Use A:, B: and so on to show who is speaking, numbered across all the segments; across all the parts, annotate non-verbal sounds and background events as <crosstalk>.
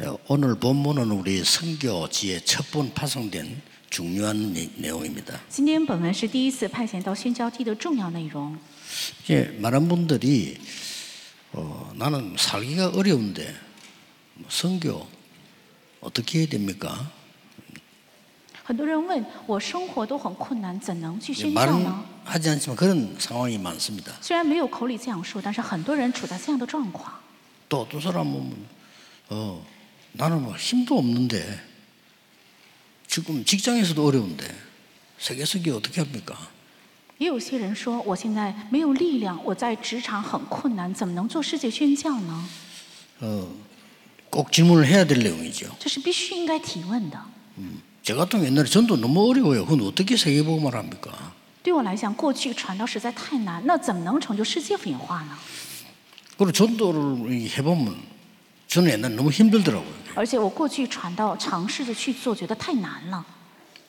A: 예, 오늘 본문은 우리 선교지에 첫번 파송된 중요한 내- 내용입니다.
B: 今天本文是第一次派遣到宣教地的重要内容。
A: 예, 많은 분들이 어, 나는 살기가 어려운데 뭐 선교 어떻게 해야 됩니까?
B: 很多人问我，生活都很困难，怎能去
A: 이제
B: 宣教
A: 말은
B: 呢？
A: 하지 않지만 그런 상황이 많습니다.
B: 虽然没有口里这样说，但是很多人处在这样的状况。
A: 또 어떤 사람은 어, 나는 뭐 힘도 없는데 지금 직장에서도 어려운데 세계 선교 어떻게 합니까?
B: 也有些人说，我现在没有力量，我在职场很困难，怎么能做世界宣教呢？
A: 어, 꼭 질문을 해야 될 내용이죠.
B: 这是必须应该提问的。
A: 저 같은 경우 옛날에 전도 너무 어려워요. 그건 어떻게 세계복음을 합니까?
B: 对我来讲，过去传道实在太难，那怎么能成就世界福音化呢？
A: 그리고 전도를 이 해보면 저는 옛날에 너무 힘들더라고요.
B: 而且我过去传道尝试着去做，觉得太难了。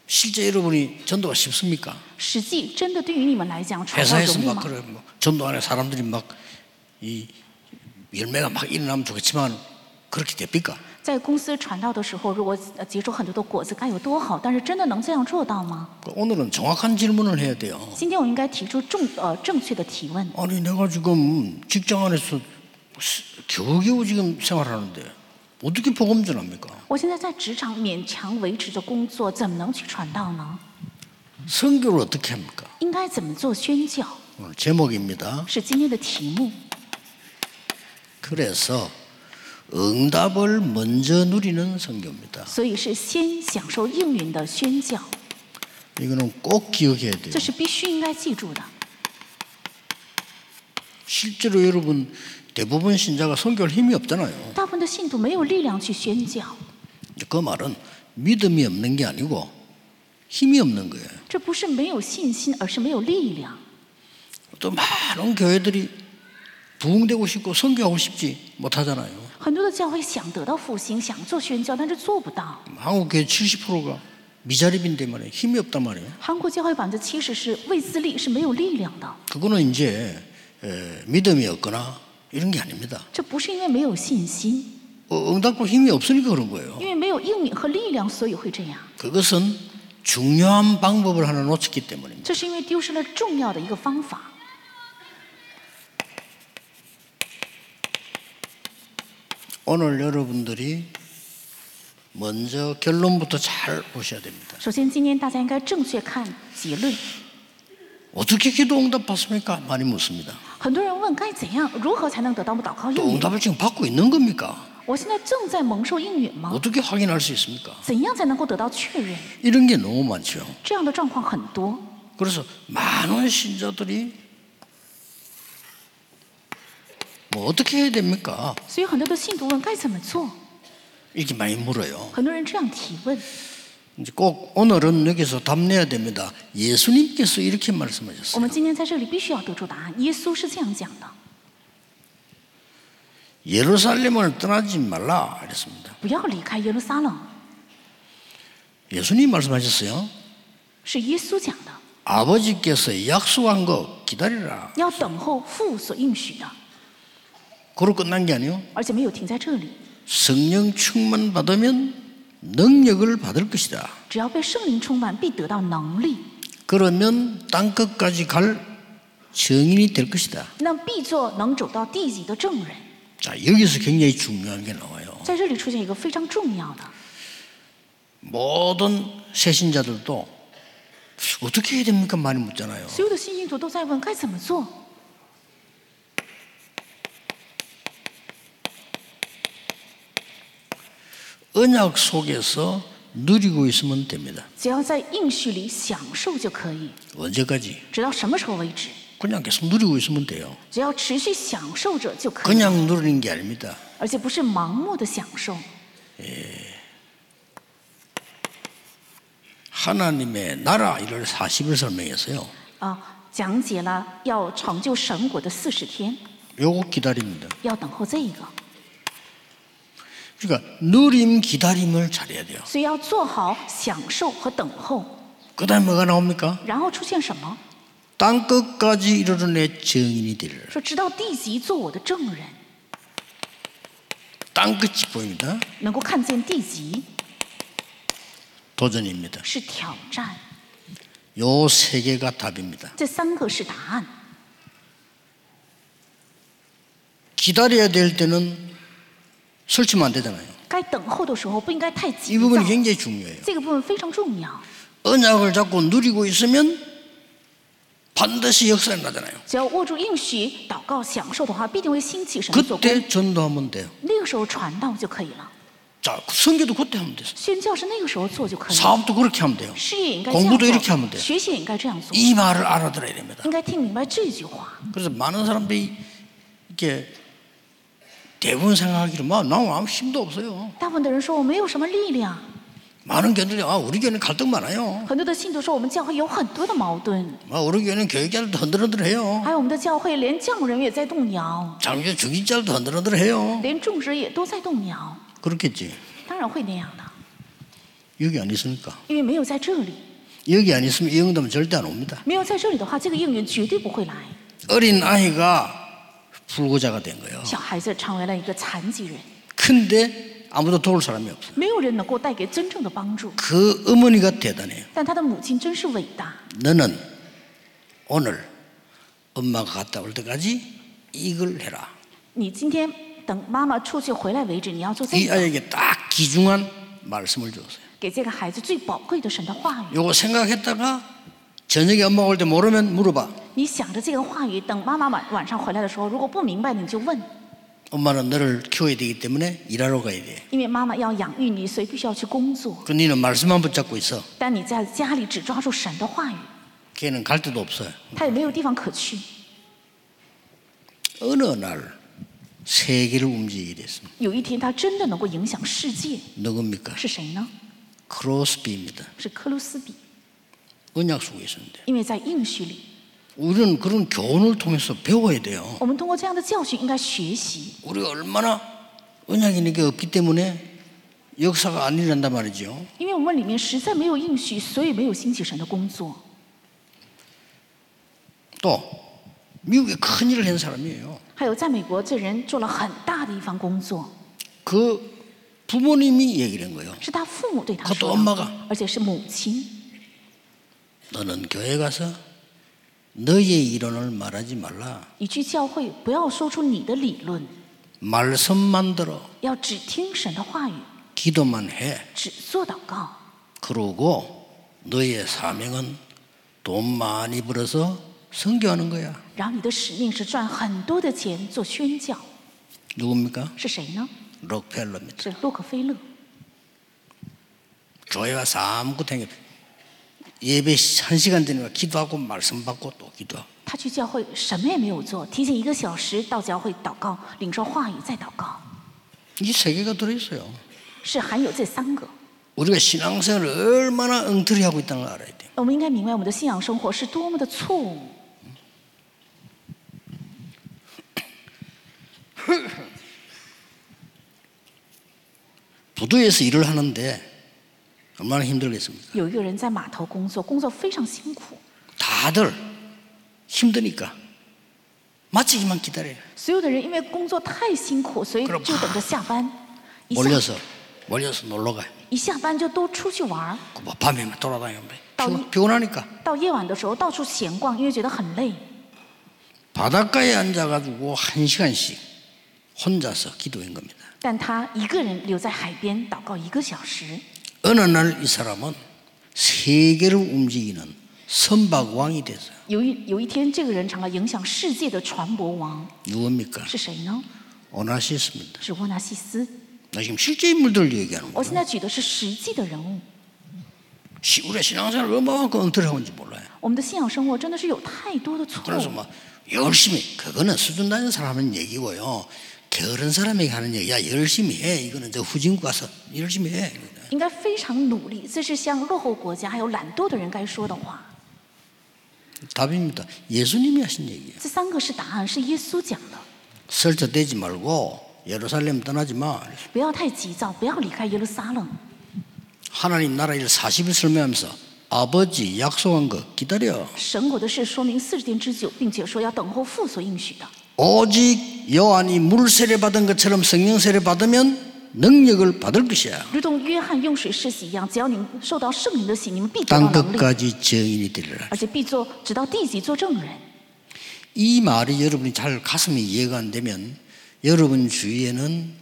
A: 실제 여러분이 전도가 쉽습니까?
B: 实际真的对于你们来讲，传道
A: 회사에서
B: 容易
A: 막
B: 吗？
A: 그래 뭐 전도 안에 사람들이 막 이 열매가 막 일어나면 좋겠지만 그렇게 됩니까?
B: 在公司传道的时候，如果呃结出很多的果子，该有多好！但是真的能这样做到吗？
A: 그 오늘은 정확한 질문을 해야 돼요.
B: 今天我应该提出正呃正确的提问。
A: 아니 내가 지금 직장 안에서 겨우겨우 지금 생활하는데 어떻게 복음 전합니까?
B: 我现在在职场勉强维持着工作，怎么能去传道呢？
A: 선교를 어떻게 합니까?
B: 应该怎么做宣教？
A: 오늘 제목입니다.
B: 是今天的题目。
A: 그래서 응답을 먼저 누리는 선교입니다.
B: 所以是先享受应允的宣教，
A: 이거는 꼭 기억해야 돼요.
B: 这是必须应该记住的。
A: 실제로 여러분 대부분 신자가 선교할 힘이 없잖아요.
B: 大部分的信徒没有力量去宣教，
A: 그 말은 믿음이 없는 게 아니고 힘이 없는 거예요.
B: 这不是没有信心，而是没有力量。
A: 또 많은 교회들이 부흥되고 싶고 선교하고 싶지 못하잖아요.
B: 很多的教会想得到复兴，想做宣教，但是做不到。
A: 한국 교회 70%가 미자립인데 말이에요. 힘이 없단 말이에요.
B: 韩国教会百分之七十是为自立，是没有力量的。
A: 그거는 이제 에, 믿음이 없거나 이런 게 아닙니다.
B: 这不是因为没有信心，
A: 어, 응답과 힘이 없으니까 그런 거예요.
B: 因为没有应允和力量，所以会这样。
A: 그것은 중요한 방법을 하나 놓쳤기 때문입니다.
B: 这是因为丢失了重要的一个方法。
A: 오늘 여러분들이 먼저 결론부터 잘 보셔야 됩니다.
B: 首先，今天大家应该正确看结论。
A: 어떻게 기도 응답 받습니까? 많이 묻습니다.
B: 很多人问该怎样，如何才能得到祷告
A: 또
B: 应允？
A: 응답을 지금 받고 있는 겁니까?
B: 我现在正在蒙受应允吗？
A: 어떻게 확인할 수 있습니까?
B: 怎样才能够得到确认？
A: 이런 게 너무 많죠.
B: 这样的状况很多，
A: 그래서 많은 신자들이 뭐 어떻게 해야 됩니까?
B: 所以很多的信徒问该怎么做。
A: 이렇게 많이 물어요.
B: 很多人这样提问，
A: 이제 꼭 오늘은 여기서 답내야 됩니다. 예수님께서 이렇게
B: 我
A: 말씀하셨어요.
B: 们今天在这里必须要得出答案。耶稣是这样讲的：
A: 예루살렘을 떠나지 말라 이랬습니다.
B: 不要离开耶路撒冷。
A: 예수님 말씀하셨어요.
B: 是耶稣讲的，
A: 아버지께서 약속한 거 기다리라.
B: 要等候父所应许的，
A: 그로 끝난 게 아니요.
B: 而且没有停在这里。
A: 성령 충만 받으면 능력을 받을 것이다.
B: 只要被圣灵充满，必得到能力，
A: 그러면 땅 끝까지 갈 증인이 될 것이다.
B: 那必做能走到地极的证人。
A: 자, 여기서 굉장히 중요한 게 나와요.
B: 在这里出现一个非常重要的，
A: 모든 새신자들도 어떻게 해야 됩니까? 많이 묻잖아요.
B: 所有的新信徒都在问该怎么做。
A: 언약 속에서 누리고 있으면 됩니다.
B: 只要在应许里享受就可以，
A: 언제까지?
B: 直到什么时候为止？
A: 그냥 계속 누리고 있으면 돼요.
B: 只要持续享受着就可以，
A: 그냥 누리는 게 아닙니다.
B: 而且不是盲目的享受，
A: 하나님의 나라 이를 40을 설명했어요.
B: 啊。讲解了要成就神国的四十天，
A: 요거 기다립니다.
B: 要等候这一个，
A: 그러니까 누림 기다림을 잘해야 돼요.
B: 所以要做好享受和等候。
A: 그 다음에 뭐가 나옵니까?
B: 然后出现什么？
A: 땅 끝까지 이르는 내 증인이 되리라.
B: 说直到地极做我的证人，
A: 땅끝이 보입니다.
B: 能够看见地极
A: 도전입니다.
B: 是挑战，
A: 요 세 개가 답입니다.
B: 这三个是答案。
A: 기다려야 될 때는 설치면 안 되잖아요.
B: 该等候的时候不应该太
A: 이
B: 急躁，
A: 부분이 굉장히 중요해요.
B: 这个部分非常重要。
A: 언약을 잡고 누리고 있으면 반드시 역사에 나잖아요.
B: 只要握住应许、祷告、享受的话，必定会兴起神的作工。
A: 그때 전도하면 돼요.
B: 那个时候传道就可以了，
A: 자, 선교도 그때 하면 돼요.
B: 宣教是那个时候做就可以了，
A: 사업도 그렇게 하면 돼요.
B: 事业也应该这
A: 공부도이렇
B: 样
A: 게하면돼 요
B: 做，学习也应该这样做，
A: 이 말을 알아들어야 됩니다.
B: 应该听明白这句话。
A: 그래서 많은 사람들이 이렇게 대부분 생각하기로 막 나는 아무 힘도 없어요.
B: 大部分的人说我没有什么力量，
A: 많은 교인들이 아 우리 교회는 갈등 많아요.
B: 很多的信徒说我们教会有很多的矛盾，
A: 막 우리 교회는 교육자들도 흔들흔들해요.
B: 还有我们的教会连教牧人员也在动摇，
A: 장교 중인자들도 흔들흔들해요.
B: 连众职也都在动摇，
A: 그렇겠지.
B: 当然会那样的，
A: 여기 안 있으니까.
B: 因为没有在这里，
A: 여기 안 있으면 이 응답은 절대 안 옵니다.
B: 没有在这里的话，这个应允绝对不会来。
A: 哦 어린 아이가 불고자가 된 거예요.
B: 小孩子成为了一个残疾人，
A: 큰데 아무도 도울 사람이 없어요.
B: 没有人能够带给真正的帮助。
A: 그 어머니가 대단해요.
B: 但他的母亲真是伟大，
A: 너는 오늘 엄마가 갔다 올 때까지 이걸 해라.
B: 你今天等妈妈出去回来为止，你要做这
A: 이
B: 个，
A: 아이에게 딱 귀중한 말씀을 줬어요.
B: 给这个孩子最宝贵的神的话语。
A: 요거 생각했다가 저녁에 엄마 올 때 모르면 물어봐.
B: 你想着这个话语，等妈妈晚晚上回来的时候，如果不明白你就问，
A: 엄마는 너를 키워야 되기 때문에 일하러 가야 돼.
B: 因为妈妈要养育你，所以必须要去工作。
A: 그 니는 말씀만 붙잡고 있어.
B: 但你在家里只抓住神的话语，
A: 걔는 갈 데도 없어요.
B: 他也没有地方可去。
A: 어느 날 세계를 움직이게 됐습니다.
B: 有一天，他真的能够影响世界，
A: 누굽니까?
B: 是谁呢？
A: 크로스비입니다.
B: 是克鲁斯比，
A: 언약 속에 있었는데.
B: 因为在应许里，
A: 우리는 그런 교훈을 통해서 배워야 돼요.
B: 我们通过这样的教训应该学习。
A: 우리가 얼마나 언약이니 게 없기 때문에 역사가 안 일어난단 말이죠.
B: 因为我们里面实在没有应许，所以没有兴起神的工作。
A: 또 미국에 큰 일을 한 사람이에요.
B: 还有，在美国，这人做了很大的一番工作，
A: 그 부모님이 얘기를 한 거예요.
B: 是他父母对他
A: 可多
B: 说
A: 么
B: 的
A: 个，
B: 而且是母亲。
A: 너는 교회 가서 너의 이론을 말하지 말라.
B: 你去教会，不要说出你的理论，
A: 말씀만 들어.
B: 要只听神的话语，
A: 기도만 해.
B: 只做祷告。
A: 그러고 너의 사명은 돈 많이 벌어서 선교하는 거야.
B: 然后你的使命是赚很多的钱做宣教，
A: 누굽니까?
B: 是谁呢？
A: 록펠러입니다.
B: 是洛克菲勒。
A: 교회가 아무것도 행해. 예배 한 시간 되니까 기도하고 말씀 받고 또 기도하고.
B: 他去教会什么也没有做，提前一个小时到教会祷告，领受话语再祷告，
A: 이 세 개가 들어있어요.
B: 是含有这三个。
A: 우리가 신앙생활을 얼마나 엉터리 하고 있다는 걸 알아야 돼요.
B: 我们应该明白我们的信仰生活是多么的错误。
A: 부두에서 일을 하는데 얼마나 힘들겠습니까?
B: 有一个人在码头工作，工作非常辛苦，
A: 다들 힘드니까 마치기만 기다려요.
B: 所有的人因为工作太辛苦，所以
A: 그럼
B: 就等着下班，一下
A: 몰려서 몰려서 놀러 가요.
B: 一下班就都出去玩儿，
A: 그뭐 밤에만 돌아다니면 돼. 피곤,
B: 떠니-
A: 피곤하니까
B: 到夜晚的时候到处闲逛，因为觉得很累，
A: 바닷가에 앉아가지고 한 시간씩 혼자서 기도한 겁니다.
B: 但他一个人留在海边祷告一个小时。
A: 어느 날 이 사람은 세계를 움직이는 선박 왕이 됐어요.
B: 有一有一天，这个人成了影响世界的船舶王，
A: 누굽니까?
B: 是谁呢？
A: 오나시스입니다.
B: 是沃纳西斯。
A: 나 지금 실제 인물들 얘기하는
B: 我
A: 거예요.
B: 现在举的是实际的人物，
A: 시- 우리가 신앙생활 얼마만큼 엉터리하는지 몰라요.
B: 我们的信仰生活真的是有太多的错
A: 그래서
B: 误。
A: 막 열심히 그거는 수준 낮은 사람 하는 얘기고요. 게으른 사람에게 하는 얘기야. 열심히 해. 이거는 저 후진국 가서 열심히 해.
B: 应该非常努力，这是向落后国家还有懒惰的人该说的话。
A: 답입니다. 예수님이 하신 얘기예요.
B: 这三个是答案，是耶稣讲的。
A: 설쳐대지 말고 예루살렘 떠나지 마.
B: 不要太急躁，不要离开耶路撒冷。
A: 하나님 나라 일 40일 설명하면서 아버지 약속한 거 기다려.
B: 神国的事说明四十天之久，并且说要等候父所应许的。
A: 오직 요한이 물 세례 받은 것처럼 성령 세례 받으면 능력을 받을 것이야.
B: 如同约翰用水施洗一样，只要你们受到圣灵的洗，你们必得到
A: 땅
B: 能力，
A: 끝까지 증인이 되리라.
B: 而且必做直到地极做证人。
A: 이 말이 여러분이 잘 가슴에 이해가 안 되면 여러분 주위에는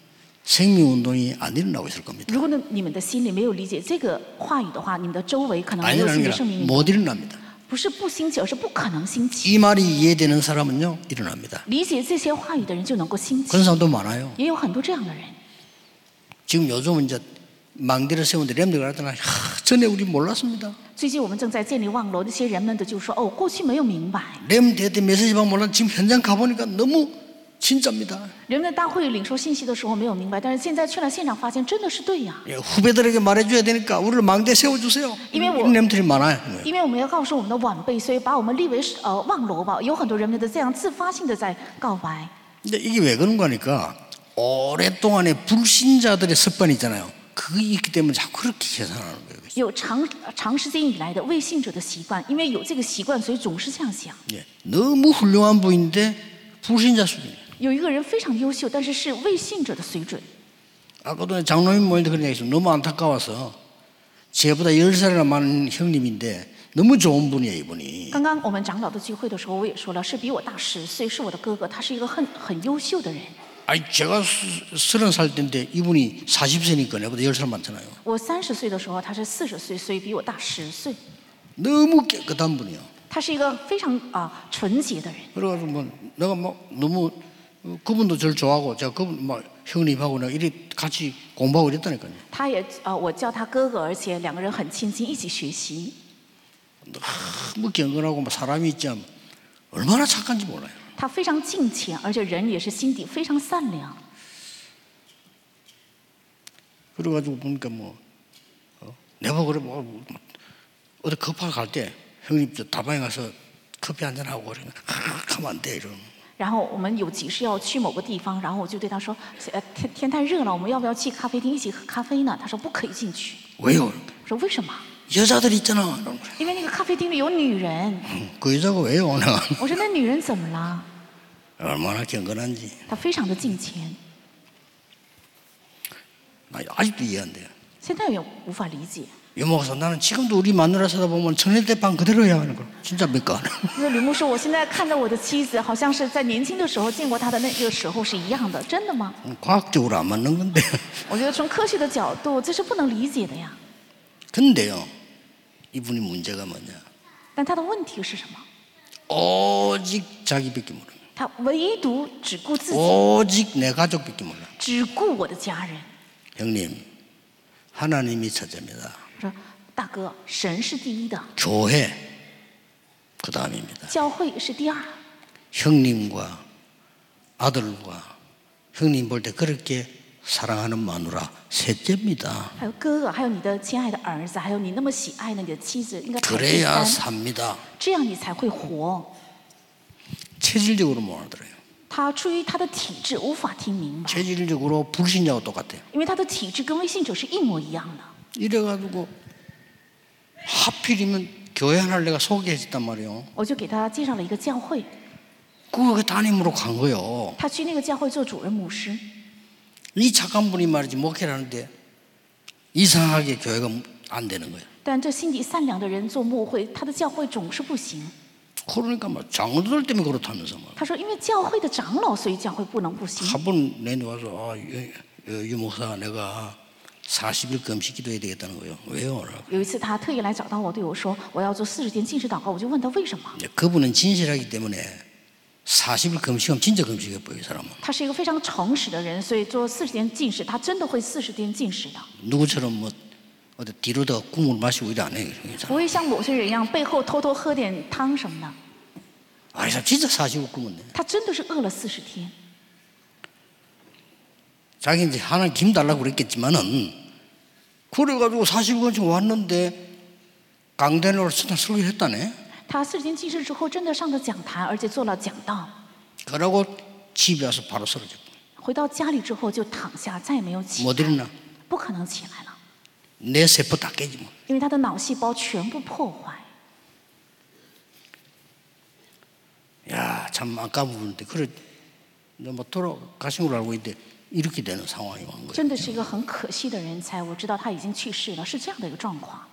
A: 생명 운동이 안 일어나고 있을 겁니다.
B: 如果呢你们的心里没有理解这个话语的话，你们的周围可能
A: 안
B: 没有
A: 일어나는
B: 新
A: 게
B: 的圣灵运
A: 아니라
B: 动。
A: 못 일어납니다.
B: 不是不兴起，而是不可能兴起。
A: 이 말이 이해되는 사람은요 일어납니다.
B: 理解这些话语的人就能够兴起，
A: 그런 사람도 많아요.
B: 也有很多这样的人。
A: 지금 요즘은 이제 망대를 세우는데 렘들가 하더나 하, 전에 우리 몰랐습니다.
B: 最近我们正在建立望楼，那些人们的就说：“哦，过去没有明白。
A: 렘 대대 메시지방 몰랐 지금 현장 가보니까 너무 진짜입니다. ”
B: 人们大会领受信息的时候没有明白，但是现在去了现场，发现真的是对呀。
A: 예, 후배들에게 말해줘야 되니까 우리를 망대 세워주세요.
B: 이미 뭐-
A: 이런 렘들이 많아요.
B: 因为我们要告诉我们的晚辈，所以把我们立为呃望楼吧。有很多人们的这样自发性的在告白，
A: 근데 이게 왜 그런 거니까 오랫동안의 불신자들의 습관이 있잖아요. 그게 있기 때문에 자꾸 그렇게 계산하는 거예요.
B: 有长长时间以来的未信者的习惯，因为有这个习惯，所以总是这样想。
A: 예, 너무 훌륭한 부인데 불신자 수준이에요.
B: 有一个人非常优秀，但是是未信者的水准。
A: 아까 전에 장로님 모임때 그런 얘기 했어요. 너무 안타까워서 제보다 열살이나 많은 형님인데 너무 좋은 분이에요 이분이.
B: 刚刚我们长老的聚会的时候，我也说了，是比我大十岁，是我的哥哥，他是一个很很优秀的人。
A: 아니 제가 스- 서른 살 때인데 이분이 40세니까 내보다 열 살 많잖아요.
B: 我三十岁的时候，他是四十岁，所以比我大十岁。
A: 너무 깨끗한 분이요.
B: 他是一个非常啊、纯洁的人，
A: 그래가지고 뭐 내가 막 너무 어, 그분도 저를 좋아하고 제가 그분 막 형님하고 내가 이래 같이 공부하고 이랬다니까요.
B: 他也啊、我叫他哥哥，而且两个人很亲近，一起学习。
A: 너무 뭐 경건하고 막 사람이 있지 않 얼마나 착한지 몰라요.
B: 他非常敬虔，而且人也是心底非常善良。
A: 그래가지고 보니까 뭐 어, 내가 그래 뭐 어디 급하게 갈때 형님 저 다방에 가서 커피 한잔 하고 그러면 아, 가면 안 돼 이러면
B: 然后我们有急事要去某个地方，然后我就对他说：“呃，天天太热了，我们要不要去咖啡厅一起喝咖啡呢？”他说：“不可以进去。
A: 왜요?
B: 我说：“为什么？
A: 여자들 있잖아. 이러는 거예요.
B: 因为那个咖啡厅里有女人。
A: 음, 그 여자가 왜요? 내가 ”
B: 我说：“那女人怎么了
A: 얼마나 경건한지 ？”
B: 她非常的敬虔，
A: 나 아직도 이해 안 돼요.
B: 现在也无法理解。
A: 이모가서 나는 지금도 우리 마누라 쳐다보면 천혜대빵 그대로야 하는 거 진짜 믿고 안 해.
B: 那吕牧说：“我现在看到我的妻子，好像是在年轻的时候见过她的那个时候是一样的，真的吗
A: <laughs> 과학적으로 안 맞는 건데 ？”
B: 我觉得从科学的角度，这是不能理解的呀。
A: 근데요 이분이 문제가 뭐냐
B: 但他的问题是什么？
A: 오직 자기밖에 모르는
B: 他唯独只顾自
A: 哦
B: 己，
A: 오직 내 가족밖에 몰라
B: 只顾我的家人。
A: 형님 하나님이 첫째입니다
B: 我说：“大哥，神是第一的，
A: 교회 그 다음입니다
B: 教会是第二。
A: 형님과 아들과 형님 볼 때 그렇게 사랑하는 마누라 셋째입니다
B: 还有哥啊哥，还有你的亲爱的儿子，还有你那么喜爱的你的妻子，应该排第
A: 그래야
B: 三，
A: 삽니다
B: 这样你才会活。”
A: 체질적으로 못 알아들어요
B: 他出于他的体质无法听明白，
A: 체질적으로 불신자와 똑같아요
B: 因为他的体质跟微信者是一模一样的。
A: 이래가지고 하필이면 교회 하나를 내가 소개했단 말이에요.
B: 我就给他介绍了一个教会，
A: 그거 담임으로 간 거예요.
B: 他去那个教会做主任牧师。
A: 이 착한 분이 말이지 목회를 하는데 이상하게 교회가 안 되는 거예요.
B: 但这心地善良的人做牧会，他的教会总是不行。
A: 그러니까 막 장로들 때문에 그렇다면서 막.
B: 他说，因为教会的长老，所以教会不能不行。
A: 한 번 내내 와서 아, 유, 유, 유 목사 내가 40일 금식 기도해야 되겠다는 거예요. 왜요? 그러고.
B: 有一次，他特意来找到我，对我说：“我要做四十天禁食祷告。”我就问他为什么。
A: 이제 그분은 진실하기 때문에 40일 금식하면 진짜 금식해 보여요, 이 사람은.
B: 他是一个非常诚实的人，所以做四十天禁食，他真的会四十天禁食的，
A: 누구처럼 뭐 어디 뒤로다가 국물 마시고 이래 안 해요. 이 사람은.
B: 不会像某些人一样背后偷偷喝点汤什么的。
A: 아, 이 사람 진짜 40일 굶었네.
B: 他真的是饿了四十天。
A: 자기 이제 하나 김 달라고 그랬겠지만은 그래가지고 40일 굶 왔는데 강단으로 쓰던 설교했다네.
B: 他四十天禁食之后，真的上了讲坛，而且做了讲道。
A: 그러고 집에 와서 바로 쓰러졌고
B: 回到家里之后就躺下，再也没有起
A: 못
B: 来，
A: 뭐 일어나.
B: 不可能起来了，
A: 내 세포 다 깨지 뭐.
B: 因为他的脑细胞全部破坏。
A: 야, 참 아까운 부분인데 그래 이제 뭐 돌아가신 걸로 알고 있는데 이렇게 되는 상황이 온 거예요.
B: 真的是一个很可惜的人才。我知道他已经去世了，是这样的一个状况。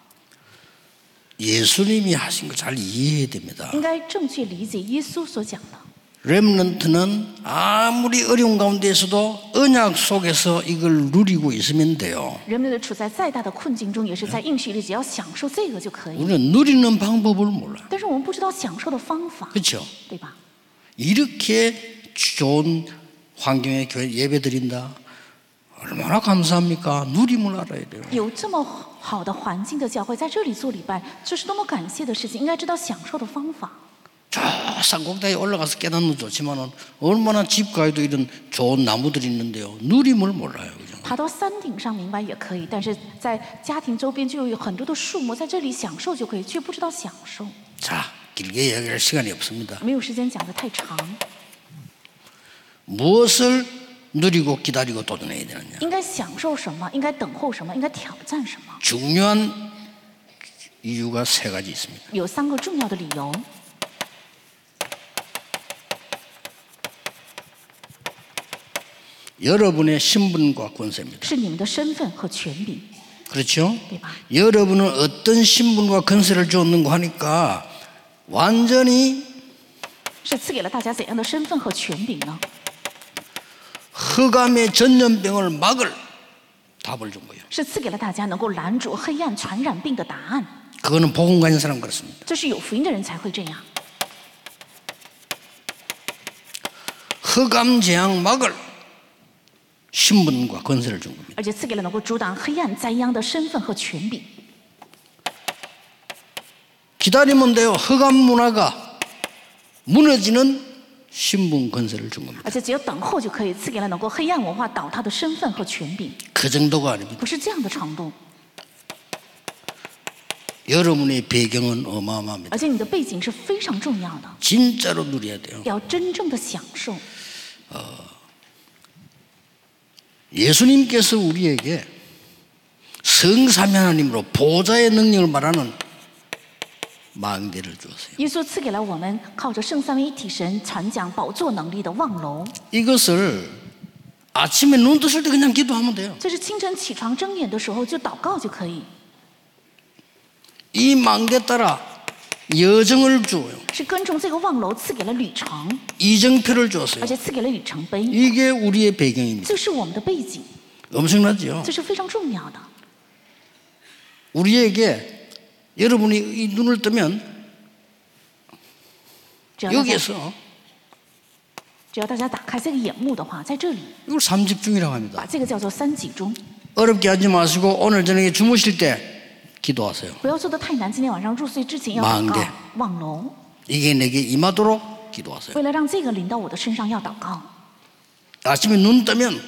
A: 예수님이 하신 걸 잘 이해해야 됩니다.
B: 应该正确理解耶稣所讲的。
A: 렘넌트는 아무리 어려운 가운데에서도 언약 속에서 이걸 누리고 있으면 돼요.
B: 人们的处在再大的困境中，也是在应许里，只要享受这个就可以。
A: 우리는 누리는 방법을 몰라.
B: 但是我们不知道享受的方法，
A: 그렇죠?
B: 对吧？
A: 이렇게 좋은 환경에 교회 예배 드린다. 얼마나 감사합니까? 누림을 알아야 돼요.
B: 有这么好的环境的教会，在这里做礼拜，这是多么感谢的事情。应该知道享受的方法。
A: 저 산꼭대기에 올라가서 깨닫는 건 좋지만 얼마나 집 가에도 이런 좋은 나무들이 있는데요. 누림을 몰라요. 그죠?
B: 爬到山顶上明白也可以，但是在家庭周边就有很多的树木，在这里享受就可以，却不知道享受。
A: 자, 길게 이야기할 시간이 없습니다.
B: 没有时间讲得太长，
A: 무엇을 누리고 기다리고 도전해야 되느냐.
B: 应该享受什么？应该等候什么？应该挑战什么？
A: 중요한 이유가 세 가지 있습니다.
B: 有三个重要的理由。
A: 여러분의 신분과 권세입니다.
B: 是你们的身份和权柄，
A: 그렇죠?
B: 对吧？
A: 여러분은 어떤 신분과 권세를 줬는가 하니까 완전히
B: 是赐给了大家怎样的身份和权柄呢？
A: 흑암의 전염병을 막을 답을 준 거예요.
B: 是赐给了大家能够拦住黑暗传染病的答案。
A: 그거는 복음 가진 사람 그렇습니다.
B: 这是有福音的人才会这样。
A: 흑암 재앙 막을 신분과 권세를 준 겁니다.
B: 而且赐给了能够阻挡黑暗灾殃的身份和权柄。
A: 기다리면 돼요. 흑암 문화가 무너지는 신분 권세를 준 겁니다.
B: 而且只有等候就可以赐给了能够黑暗文化倒塌的身份和权柄，
A: 그 정도가 아닙니다.
B: 不是这样的程度。
A: 여러분의 배경은 어마어마합니다.
B: 而且你的背景是非常重要的，
A: 진짜로 누려야 돼요.
B: 要真正的享受。
A: 예수님께서 우리에게 성삼위 하나님으로 보좌의 능력을 말하는 망대를 주었어요.
B: 耶稣赐给了我们靠着圣三位一体神传讲宝座能力的望楼，
A: 이것을 아침에 눈 떴을 때 그냥 기도하면 돼요.
B: 这是清晨起床睁眼的时候就祷告就可以，
A: 이 망대 따라 여정을 주어요.
B: 是跟从这个望楼赐给了旅程，
A: 이정표를 주었어요.
B: 而且赐给了里程碑。
A: 이게 우리의 배경입니다.
B: 这是我们的背景，
A: 엄청나죠?
B: 这是非常重要的。
A: 우리에게 여러분이 이 눈을 뜨면
B: 只要大家
A: 여기에서
B: 只要大家打开这个眼目的话，在这里
A: 이걸 삼집중이라고 합니다.
B: 把这个叫做三集中，
A: 어렵게 하지 마시고 오늘 저녁에 주무실 때 기도하세요.
B: 不要做的太难。今天晚上入睡之前要祷
A: 忙
B: 告
A: 的
B: 望楼，
A: 이게 내게 임하도록 기도하세요.
B: 为了让这个临到我的身上要祷告。
A: 아침에 눈 뜨면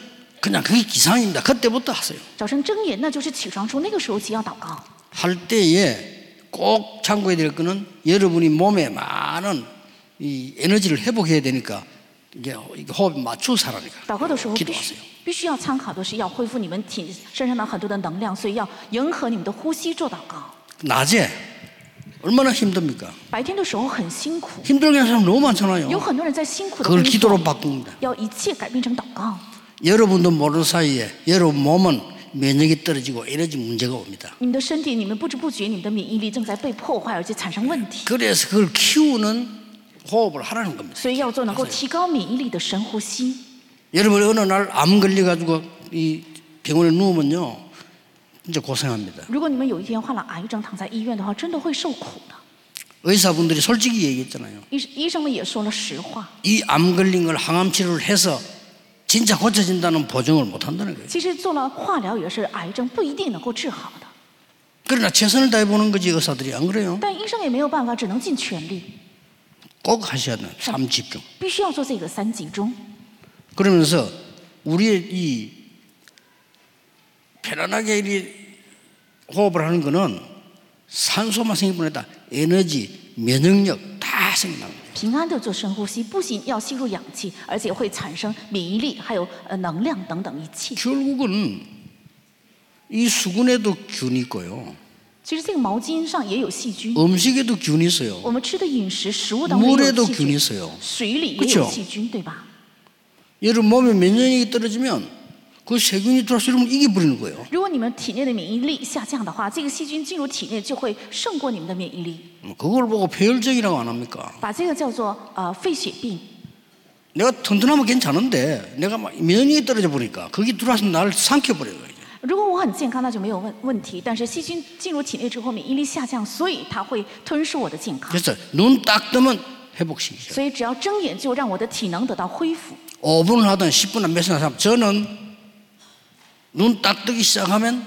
A: 그냥 그게 기상입니다. 그때부터 하세요.
B: 早上睁眼，那就是起床从那个时候起要祷告。
A: 할 때에 꼭 참고해야 될 거는 여러분이 몸에 많은 이 에너지를 회복해야 되니까 이게 이게 호흡 맞추고 살아니까
B: 祷告的时候必
A: 기도하세요.
B: 须必须要参考的是要恢复你们体身上的很多的能量，所以要迎合你们的呼吸做祷告。
A: 낮에 얼마나 힘듭니까?
B: 白天的时候很辛苦，
A: 힘들게 하는 사람 너무
B: 有
A: 많잖아요.
B: 很多人在辛苦的
A: 그걸 기도로 바꿉니다.
B: 要一切改变成祷告。
A: 여러분도 모르는 사이에 여러분 몸은 면역이 떨어지고 에너지 문제가 옵니다.
B: 你们的身体，你们不知不觉，你们的免疫力正在被破坏，而且产生问题。
A: 그래서 그걸 키우는 호흡을 하라는 겁니다.
B: 所以要做能够提高免疫力的深呼吸。
A: 여러분 어느 날 암 걸려 가지고 이 병원에 누우면요. 진짜 고생합니다.
B: 如果你们有一天患了癌症，躺在医院的话，真的会受苦的。
A: 의사분들이 솔직히 얘기했잖아요.
B: 医医生们也说了实话，
A: 이 암 걸린 걸 항암 치료를 해서 진짜 고쳐진다는 보증을 못 한다는 거예요.
B: 其实做了化疗也是癌症，不一定能够治好的。
A: 그러나 최선을 다해 보는 거지 의사들이 안 그래요.
B: 但医生也没有办法，只能尽全力，
A: 꼭 하셔야 돼요. 삶 집중.
B: 必须要做这个三集中。
A: 그러면서 우리의 이 편안하게 이 호흡을 하는 거는 산소만 생길 뿐이다. 에너지, 면역력 다 생겨납니다.
B: 平安的做深呼吸，不仅要吸入氧气，而且会产生免疫力，还有呃能量等等一切。
A: 결국은 이 수분에도 균이 있고요.
B: 其实这个毛巾上也有细菌，
A: 哦 음식에도 균이 있어요. 어,
B: 我们吃的饮食食物当中也有
A: 물에도
B: 细
A: 균이
B: 菌，
A: 있어요.
B: 水里也
A: 그쵸
B: 有细菌，对吧？
A: 여러분 몸에 면역력이 떨어지면 그 세균이 들어와서 여러분 이겨버리는 거예요.
B: 如果你们体内的免疫力下降的话，这个细菌进入体内就会胜过你们的免疫力，
A: 뭐 그걸 보고 폐혈증이라고 안 합니까?
B: 把这个叫做呃肺血病。
A: 내가 튼튼하면 괜찮은데 내가 막 면역력이 떨어져 버리니까 그게 들어와서 나를 삼켜버려요. 이제.
B: 如果我很健康，那就没有问问题。但是细菌进入体内之后，免疫力下降，所以它会吞噬我的健康。
A: 그래서 눈 딱 뜨면 회복시키죠.
B: 所以只要睁眼就让我的体能得到恢复。
A: 5분을 하든 10분을 몇시나 하면 저는 눈 딱 뜨기 시작하면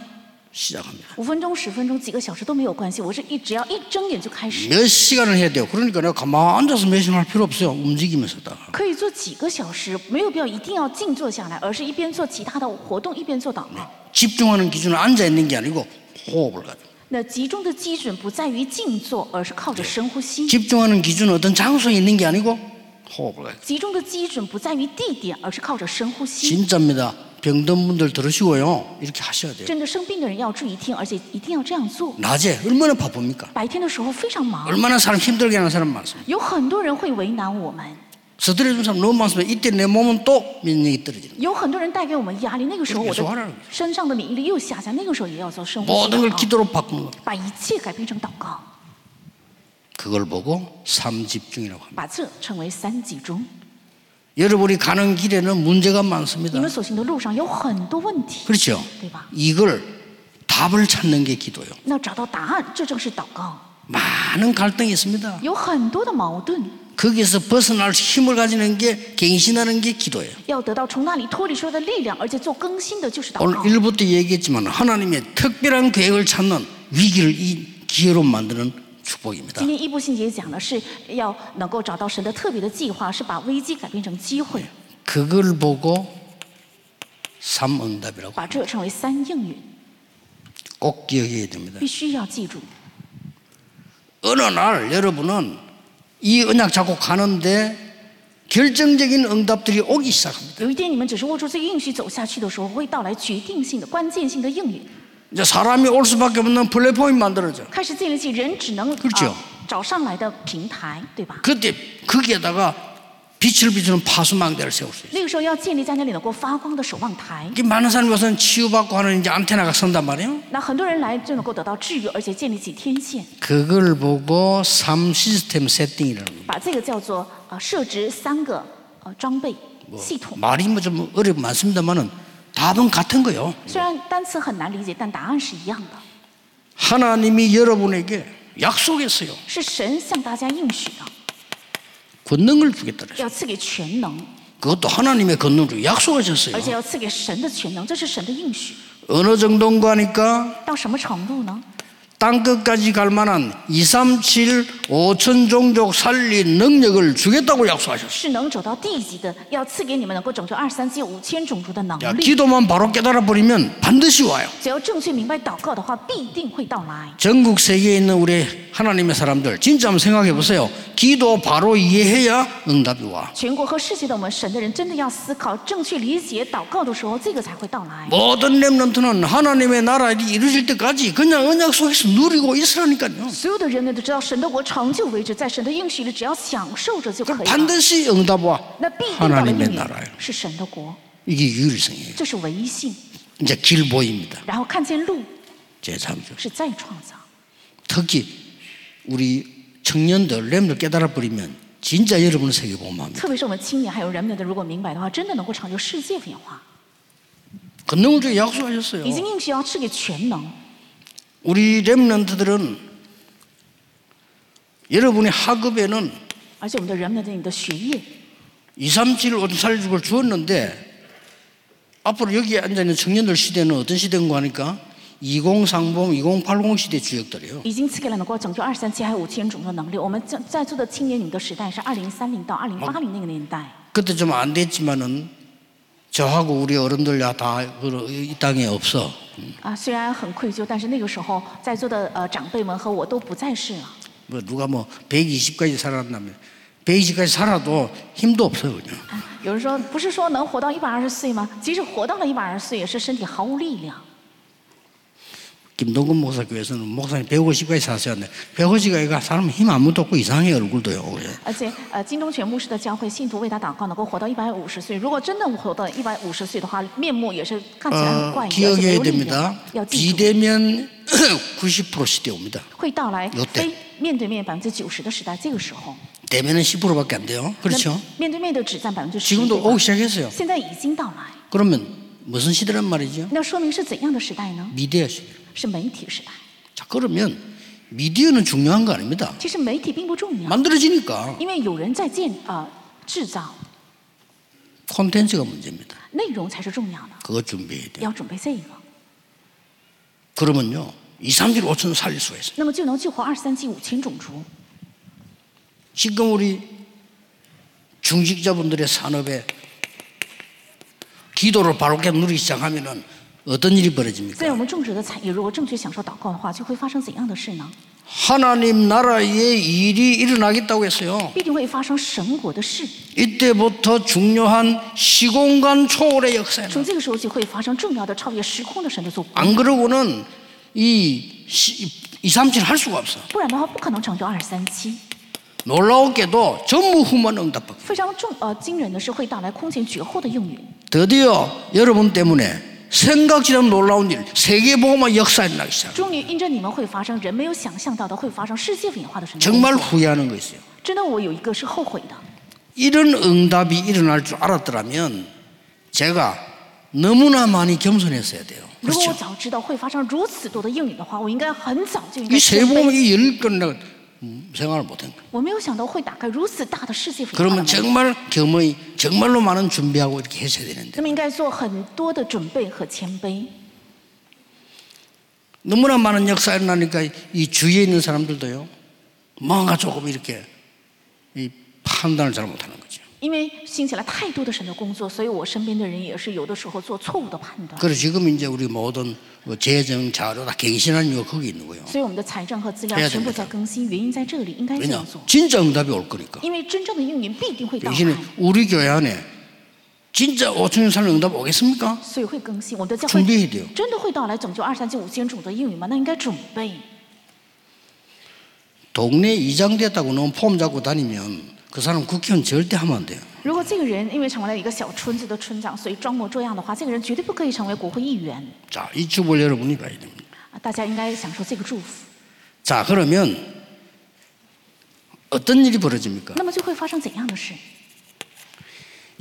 A: 시작합니다.
B: 五分钟、十分钟、几个小时都没有关系，我是一只要一睁眼就开始，
A: 몇 시간을 해야 돼요. 그러니까 내가 가만 앉아서 몇 시간 할 필요 없어요. 움직이면서 다.
B: 可以做几个小时，没有必要一定要静坐下来，而是一边做其他的活动一边做祷
A: 嗯
B: 告。
A: 집중하는 기준은 앉아 있는 게 아니고 호흡을 가지고.
B: 那集中的基准不在于静坐，而是靠着深呼吸。
A: 집중하는 기준은 어떤 장소에 있는 게 아니고 호흡을 가지고.
B: 集中的基准不在于地点，而是靠着深呼吸。
A: 진짜입니다. 병든 분들 들으시고요. 이렇게 하셔야 돼요.
B: 真的生病的人要注意听，而且一定要这样做。
A: 낮에 얼마나 바쁩니까?
B: 白天的时候非常忙，
A: 얼마나 사람 힘들게 하는 사람 많습니다.
B: 有很多人会为难我们，
A: 스트레스 사람 너무 많습니다. 이때 내 몸은 또 면역이 떨어지는 거예요.
B: 有很多人带给我们压力。那个时候我
A: 你说呢
B: 的身上的免疫力又下降，那个时候也要做深呼吸
A: 모든 걸
B: 祷告，
A: 기도로 바꾸는 거예요.
B: 把一切改变成祷告，
A: 그걸 보고 삼집중이라고 합니다.
B: 把这称为三集中。
A: 여러분이 가는 길에는 문제가 많습니다.
B: 你们所行的路上有很多问题，
A: 그렇죠?
B: 대박.
A: 이걸 답을 찾는 게 기도예요.
B: 那找到答案，这正是祷告。
A: 많은 갈등이 있습니다.
B: 有很多的矛盾，
A: 거기에서 벗어날 힘을 가지는 게 갱신하는 게 기도예요.
B: 要得到从那里脱离出来的力量，而且做更新的就是祷
A: 오늘
B: 告。
A: 1부터 얘기했지만 하나님의 특별한 계획을 찾는 위기를 이 기회로 만드는 축복입니다.
B: 今天一部信节讲的是要能够找到神的特别的计划，是把危机改变成机会，
A: 그걸 보고 삼응답이라고
B: 把这称为三应允，
A: 꼭 기억해야 됩니다.
B: 必须要记住。
A: 어느 날 여러분은 이 언약 잡고 가는데 결정적인 응답들이 오기 시작합니다.
B: 有一天你们只是握住这个应许走下去的时候，会到来决定性的、关键性的应允，
A: 이제 사람이 올 수밖에 없는 플랫폼이 만들어져.
B: 开始建立起人只能
A: 그렇죠
B: 啊找上来的平台，对吧？
A: 그때 거기에다가 빛을 비추는 파수망대를 세울 수 있어요.
B: 那个时候要建立在那里能够发光的守望台。
A: 이게 많은 사람이 와서는 치유받고 하는 이제 안테나가 선단 말이에요.
B: 那很多人来就能够得到治愈，而且建立起天线，
A: 그걸 보고 삶 시스템 세팅이라는 거예요.
B: 把这个叫做啊设置三个呃装备系统。
A: 말이 뭐 좀 어렵 많습니다만은 답은 같은 거예요.
B: 虽然单词很难理解，但答案是一样的，
A: 하나님이 여러분에게 약속했어요.
B: 是神向大家应许的，
A: 권능을 주겠다. 그랬어요.
B: 要赐给全能，
A: 그것도 하나님의 권능을 주고
B: 而且
A: 약속하셨어요.
B: 要赐给神的全能，这是神的应许。
A: 어느 정도인가 하니까
B: 到什么程度呢？
A: 땅 끝까지 갈 만한 2, 3, 7, 5천 종족 살린 능력을 주겠다고 약속하셨어요.
B: 是能走到地级的，要赐给你们能够拯救二三七五千种族的能
A: 야,
B: 力。
A: 기도만 바로 깨달아 버리면 반드시 와요.
B: 只要正确明白祷告的话，必定会到来。
A: 전국 세계에 있는 우리 하나님의 사람들 진짜 한번 생각해 보세요. 기도 바로 이해해야 응답이 와.
B: 全国和世界的我们神的人，真的要思考正确理解祷告的时候，这个才会到来。
A: 모든 렘넌트는 하나님의 나라를 이루실 때까지 그냥 언약 속에서 누리고 있으라니까요.
B: 所有的人们都知道，神的国长久为止，在神的应许里，只要享受着就可以了。
A: 반드시 응답 와.
B: 那必定到了应
A: 하나님의
B: 允
A: 나라예요.
B: 是神的国，
A: 이게 유일성이에요.
B: 这是唯一性。
A: 이제 길 보입니다.
B: 然后看见路
A: 제 3주.
B: 是再创造，
A: 특히 우리 청년들 렘들 깨달아 버리면 진짜 여러분 세계 복음합니다.
B: 特别是我们青年还有人们的，如果明白的话，真的能够成就世界变化。
A: 그 건능을 주에 약속하셨어요.
B: 已经应许要赐给全能，
A: 우리 렘넌트들은 여러분의 학업에는
B: 而且我们的人们的你的学业，
A: 2, 3, 7, 5, 4, 6을 주었는데 앞으로 여기 앉아있는 청년들 시대는 어떤 시대인가 하니까 2030, 2080 시대 주역들이에요.
B: 已经赐给了能够拯救二三七还有五千种的能力。我们在在座的青年，你们的时代是二零三零到二零八零那个年代。
A: 그때 좀 안 됐지만은 저하고 우리 어른들 야다이 땅에 없어.
B: 啊，虽然很愧疚，但是那个时候在座的呃长辈们和我都不在世了。
A: 뭐 누가 뭐 120까지 살았다면 120까지 살아도 힘도 없어요 그냥.
B: 有人说，不是说能活到一百二十岁吗？即使活到了一百二十岁，也是身体毫无力量。
A: 김동근 목사교회에서는 목사님 150가지 사세였는데 150가지가 사람 힘 아무도 없고 이상해 얼굴도요. 예. 그죠?
B: 而且呃，金钟权牧师的教会信徒为他祷告，能够活到一百五十岁。如果真的活到一百五十岁的话，面目也是看起来很
A: 어,
B: 怪异，而且
A: 기억해야
B: 没有力量
A: 됩니다. ，
B: 要记住，
A: 비대면 <clears throat> 90% 시대 옵니다.
B: 会到来
A: 有点
B: 非面对面百分之九十的时代。这个时候，
A: 대면은 10%밖에 안 돼요.
B: 那
A: 그렇죠?
B: 面对面的只占百分之十，
A: 지금도 오기 시작했어요.
B: 现在已经到来，
A: 그러면 무슨 시대란 말이죠?
B: 那说明是怎样的时代呢？
A: 미디어 시대.
B: 是媒体时代。
A: 자, 그러면 미디어는 중요한 거 아닙니다.
B: 其实媒体并不重要，
A: 만들어지니까
B: 因为有人在建呃制造，
A: 콘텐츠가 문제입니다.
B: 内容才是重要的。
A: 그거 준비해야 돼요.
B: 要准备这个，
A: 그러면요. 2, 3일 5천 살릴 수가 있어요.
B: 那么就能救活二三七五千种族。
A: 지금 우리 중직자분들의 산업에 기도를 바로게 누리기 시작하면은 어떤 일이
B: 在我
A: 벌어집니까?
B: 们种植的产业，如果正确享受祷告的话，就会发生怎样的事呢？
A: 하나님 나라의 일이 일어나겠다고 했어요.
B: 必定会发生神国的事。
A: 이때부터 중요한 시공간 초월의 역사예요.
B: 从这个时候就会发生重要的超越时空的神的作为，
A: 안 그러고는 이 2, 3, 7할 수가 없어.
B: 不然的话不可能成就二三七。
A: 놀라웠게도 전무후무한 응답받고
B: 非常重呃惊人的是会带来空前绝后的应允。
A: 드디어 여러분 때문에 생각지도 않은 놀라운 일 세계보험화 역사에 나기 시작
B: 终于因着你们会发生人没有想象到的会发生世界变化的神的工
A: 정말
B: 作。
A: 후회하는 거 있어요
B: 真的，我有一个是后悔的。
A: 이런 응답이 일어날 줄 알았더라면 제가 너무나 많이 겸손했어야 돼요
B: 如果我
A: 그렇죠
B: 早知道会发生如此多的应允的话，我应该很早就应该
A: 이
B: 谦卑
A: 세계보험이 열릴 거는 내가 음, 생각을 못한 거예요
B: 我没有想到会打开如此大的世界变化
A: 그러면
B: 的门。
A: 정말 겸허히 정말로 많은 준비하고 이렇게 했어야
B: 那
A: 되는데
B: 么应该做很多的准备和谦卑。
A: 너무나 많은 역사가 일어나니까 이 주위에 있는 사람들도요 뭔가 조금 이렇게 이 판단을 잘 못하는 거죠
B: 因为兴起了太多的神的工作，所以我身边的人也是有的时候做错误的判断。
A: 그래서 지금 이제 우리 모든 뭐 재정 자료 다 갱신하는 이유가 거기 있는 거예요.
B: 所以我啊们的财政和资料
A: 해야
B: 全部在
A: 됩니다
B: 更新，原因在这里，应该这
A: 왜냐?
B: 样做。
A: 진짜 응답이 올 거니까.
B: 因为真正的应允必定会到
A: 당신이
B: 来，
A: 우리 교회 안에 진짜 5천 년 사는 응답 오겠습니까?
B: 所以会更新。我们的教
A: 준비해야
B: 会
A: 돼요
B: 真的会到来拯救二三七五千种的应允吗？那应该准备。
A: 동네 이장 됐다고 너무 폼 잡고 다니면 그 사람 국회의원 절대 하면 안 돼요.
B: 如果这个人因为成为了一个小村子的村长，所以装模作样的话，这个人绝对不可以成为国会议员。
A: 자, 이 주를 여러분이 봐야 됩니다.
B: 啊大家应该享受这个祝福。
A: 자, 그러면 어떤 일이 벌어집니까?
B: 那么就会发生怎样的事？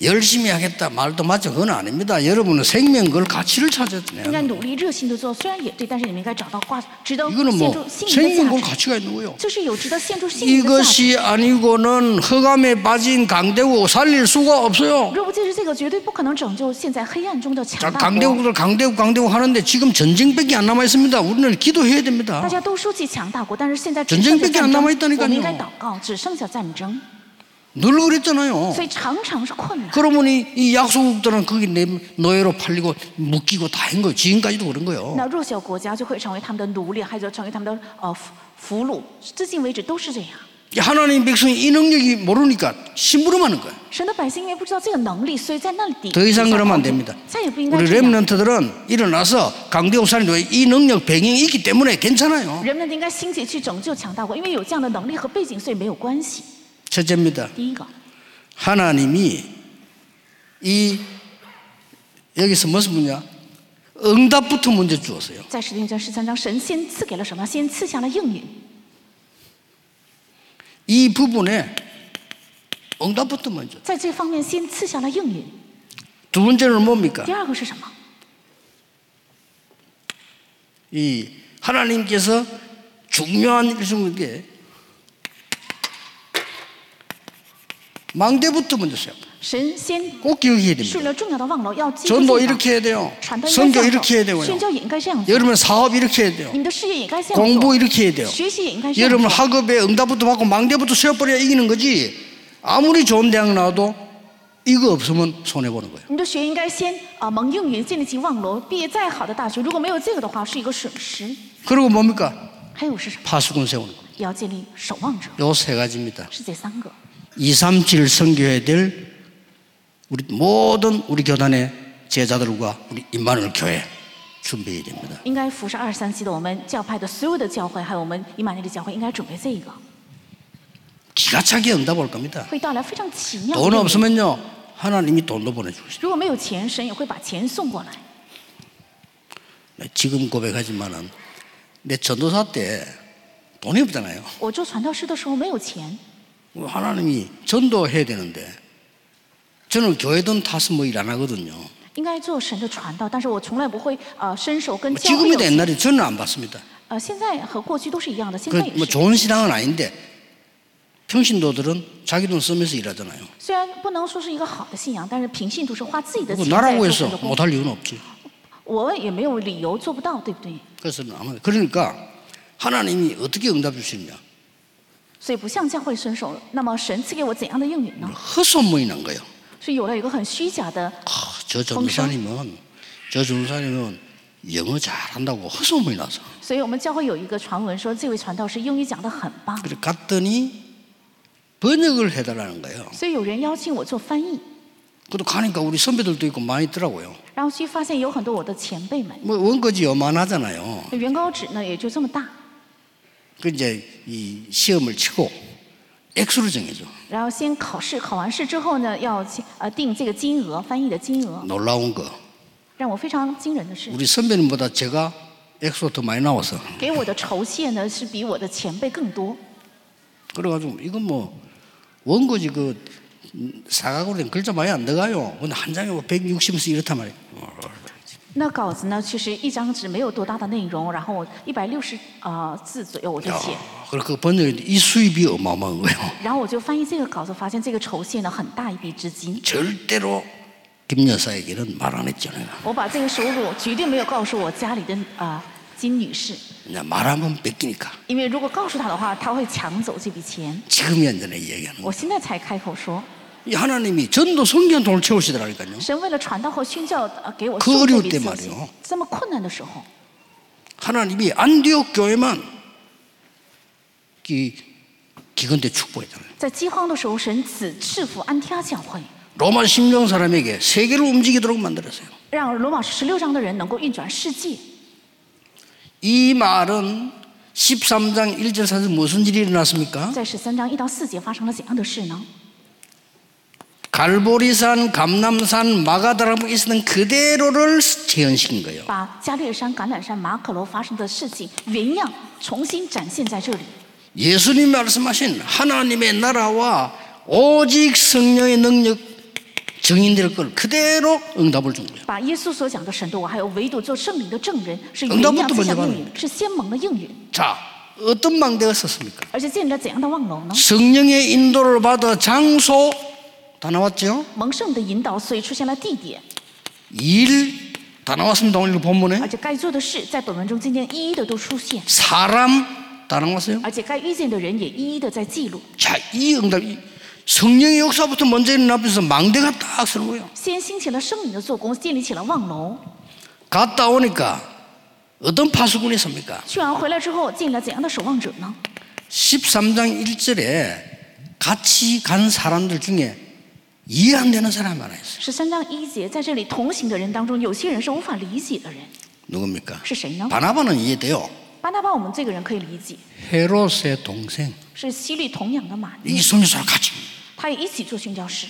A: 열심히 하겠다 말도 맞죠? 그건 아닙니다. 여러분은 생명 걸 가치를
B: 应该
A: 찾았네요.
B: 努力热心的做，虽然也对，但是你们应该找到挂值得
A: 이거는
B: 献
A: 뭐
B: 出信灵
A: 생명
B: 的
A: 걸
B: 价值。
A: 가치가 있는 거요.
B: 就是有值得献出性命的价值。
A: 이것이 아니고는 허감에 빠진 강대국 살릴 수가 없어요.
B: 若不借着这个，绝对不可能拯救现在黑暗中的
A: 자,
B: 强大国。
A: 강대국들 강대국 강대국 하는데 지금 전쟁밖에 안 남아 있습니다. 우리는 기도해야
B: 大
A: 됩니다.
B: 家都说起强大国，但是现在只
A: 전쟁
B: 剩下
A: 밖에안
B: 战
A: 남
B: 争，
A: 아있다니까요
B: 我们应该祷告，只剩下战争，
A: 늘 그랬잖아요.
B: 所以常常是困难。
A: 그러면 이, 이 약소국들은 거기 내 노예로 팔리고 묶이고 다 한 거예요. 지금까지도 그런 거예요.
B: 那弱小国家就会成为他们的奴隶，还有成为他们的呃俘俘虏，至今为止都是这样。
A: 하나님 백성이 이 능력이 모르니까 심부름하는 거예요.
B: 神的百姓因为不知道这个能力，所以在那里
A: 더 이상 그러면 안 됩니다.
B: 再也不应该
A: 우리
B: 这样。
A: 렘넌트들은 일어나서 강대국 살리는 이 능력 배경이 있기 때문에 괜찮아요.
B: 人们应该兴起去拯救强大国，因为有这样的能力和背景，所以没有关系。
A: 첫째입니다.
B: 第一个，
A: 하나님이 이 여기서 무슨 문제야? 응답부터 먼저 주었어요.
B: 在使徒行传十三章，神先赐给了什么？先赐下了应允。
A: 이 부분에 응답부터 먼저.
B: 在这方面先赐下了应允。
A: 두 번째는 뭡니까?
B: 第二个是什么？
A: 이 하나님께서 중요한 일순간에 망대부터 먼저 써요.
B: 神先
A: 꼭 기억해야 됩니다.
B: 树立了重要的望楼，要记住
A: 전도
B: 这个
A: 이렇게 해야 돼요.
B: 传道应
A: 선교
B: 该这样
A: 이렇게 해야
B: 做，宣
A: 되고요.
B: 教也应该这样做，
A: 여러분 사업 이렇게 해야 돼요.
B: 你们的事业也该这样
A: 공부
B: 做，
A: 이렇게 해야 돼요.
B: 学习也应该这样
A: 여러분
B: 做。
A: 학업에 응답부터 받고 망대부터 세워버려야 이기는 거지 아무리 좋은 대학 나와도 이거 없으면 손해보는 거예요
B: 你的学业应该先啊蒙应允，建立起望楼。毕业再好的大学，如果没有这个的话，是一个损失。
A: 그리고 뭡니까?
B: 还有是什么？
A: 파수꾼 세우는 거예요
B: 也要建立守望者，
A: 요 세 가지입니다
B: 是这三个。
A: 237 성교해야 될 우리 모든 우리 교단의 제자들과 우리 임마누엘 교회 준비해야 됩니다.
B: 应该服侍二三期的我们教派的所有的教会，还有我们以马内利教会，应该准备这一个，
A: 기가 차게 응답 올 겁니다.
B: 会带来非常奇妙的
A: 돈
B: 应允。
A: 없으면요 하나님이 돈도 보내주시죠.
B: 如果没有钱，神也会把钱送过来。
A: 네, 지금 고백하지만은 내 전도사 때 돈이 없잖아요. 뭐
B: 我做传道师的时候没有钱，
A: 하나님이 전도해야 되는데 저는 교회 돈 탓은 뭐 일 안 하거든요.
B: 应该做神的传道，但是我从来不会呃伸手跟
A: 뭐
B: 教会
A: 지금이나
B: 有。
A: 옛날에 저는 안 받습니다.
B: 呃，现在和过去都是一样的，现在
A: 그
B: 也
A: 뭐
B: 是。
A: 좋은 신앙은 아닌데 평신도들은 자기 돈 쓰면서 일하잖아요.
B: 虽然不能说是一个好的信仰，但是平信徒是花自己的
A: 그거
B: 钱在
A: 나라고
B: 做
A: 해서
B: 神的工作，
A: 못할 이유는 없지.
B: 我也没有理由做不到，对不对？
A: 그래서 아마 그러니까 하나님이 어떻게 응답 주시느냐.
B: 所以不向教会伸手，那么神赐给我怎样的应允呢？
A: 嗯 허소문이 난 거예요.
B: 所以有了一个很虚假的
A: 아, 저 전도사님은 저 전도사님은 영어 잘한다고 허소문이 나서.
B: 所以我们教会有一个传闻说，这位传道师英语讲得很棒，
A: 그래 갔더니 번역을 해달라는 거예요.
B: 所以有人邀请我做翻译，
A: 그래도 가니까 우리 선배들도 있고 많이 있더라고요.
B: 然后去发现有很多我的前辈们，
A: 뭐 원고지 요만하잖아요.
B: 原稿纸呢也就这么大，
A: 그 이제 이 시험을 치고 액수를 정해줘.
B: 然后先考试，考完试之后呢要去呃定这个金额，翻译的金额，
A: 놀라운 거.
B: 让我非常惊人的是，
A: 우리 선배님보다 제가 액수가 더 많이 나와서.
B: 给我的酬谢呢是比我的前辈更多，
A: 그래가지고 이건 뭐 원고지 그 음, 사각으로 된 글자 많이 안 들어가요. 근데 한 장에 뭐 160에서 이렇단 말이에요.
B: 那稿子呢其实一张纸没有多大的内容，然后一百六十啊字左右我就写，
A: 야, 그리고 그 번역이 이 수입이 어마어마한 거예요.
B: 然后我就翻译这个稿子，发现这个酬谢呢很大一笔资金。
A: <laughs> 절대로 김 여사에게는 말 안 했죠 내가.
B: 我把这个收入绝对没有告诉我家里的啊、金女士，
A: 그냥 말하면 뺏기니까.
B: 因为如果告诉她的话，她会抢走这笔钱。
A: 지금이 전에 이야기하는 거예요.
B: 我现在才开口说，
A: 이 하나님이 전도 성경 돈을 채우시더라니까요.
B: 神为了传道和宣教，呃，给我
A: 可
B: 收这
A: 六
B: 笔
A: 点
B: 资
A: 嘛
B: 金
A: 这个。
B: 这么困难的时候，
A: 하나님이 안디옥 교회만 이 기근대 축복했잖아요.
B: 在饥荒的时候，神只赐福安提阿教会，
A: 로마 심령 사람에게 세계를 움직이도록 만들었어요.
B: 让罗马十六章的人能够运转世界。
A: 이 말은 13장 1절 4절 무슨 일이 일어났습니까?
B: 在十三章一到四节发生了怎样的事呢？
A: 갈보리산, 감남산, 마가다락에 있었던 그대로를 재현시킨 거예요.
B: 把加略山、橄榄山、马可楼发生的事情原样重新展现在这里。
A: 예수님 말씀하신 하나님의 나라와 오직 성령의 능력 정인될 걸 그대로 응답을 준 거예요.
B: 把耶稣所讲的神的我，还有唯独做圣灵的证人，是原样这项应允，是先蒙的应允，
A: 자, 어떤 망대가 썼습니까?
B: 而且建立了怎样的望楼呢？
A: 성령의 인도를 받아 장소 다 나왔죠?
B: 蒙圣的引导，所以出现了地点，
A: 일 다 나왔습니다. 오늘 본문에
B: 而且该做的事在本文中今天一一的都出现，
A: 사람 다 나왔어요.
B: 而且该遇见的人也一一的在记录。
A: 자, 이 응답이 성령의 역사부터 먼저 일어나면서 망대가 딱 서는 거예요.
B: 先兴起了圣灵的做工，建立起了望楼。
A: 갔다 오니까 어떤 파수꾼이 섭니까?
B: 去完回来之后，建立了怎样的守望者呢？
A: 13장 1절에 같이 간 사람들 중에 이해 안 되는 사람이 하나 있어요.
B: 十三章一节，在这里同行的人当中，有些人是无法理解的人，
A: 누굽니까?
B: 是谁呢？
A: 바나바는 이해돼요.
B: 巴拿巴，我们这个人可以理解，
A: 헤롯의 동생. 是
B: 是西律同养的马
A: 이
B: 利，
A: 손녀사와 같이
B: 他也一起做宣教士。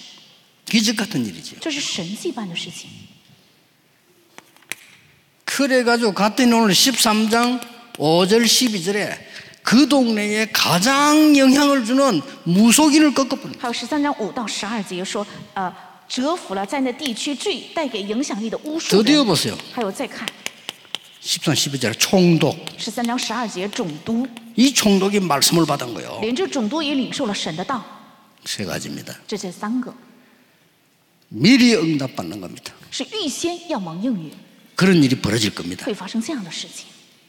A: 기적 같은 일이죠.
B: 这是神迹般的事情。
A: 그래가지고 갔더니 오늘 13장 5절 12절에 그 동네에 가장 영향을 주는 무속인을 꺾어버린
B: 还有十三章五到十二节说，呃，折服了在那地区最带给影响力的巫术
A: 드디어
B: 人。
A: 보세요.
B: 还有再看
A: 13, 12절에 총독.
B: 十三章十二节，总督，
A: 이 총독이 말씀을 받은 거예요.
B: 连这总督也领受了神的道。
A: 세 가지입니다.
B: 这这三个
A: 미리 응답받는 겁니다.
B: 是预先要蒙应允，
A: 그런 일이 벌어질 겁니다.
B: 会发生这样的事情，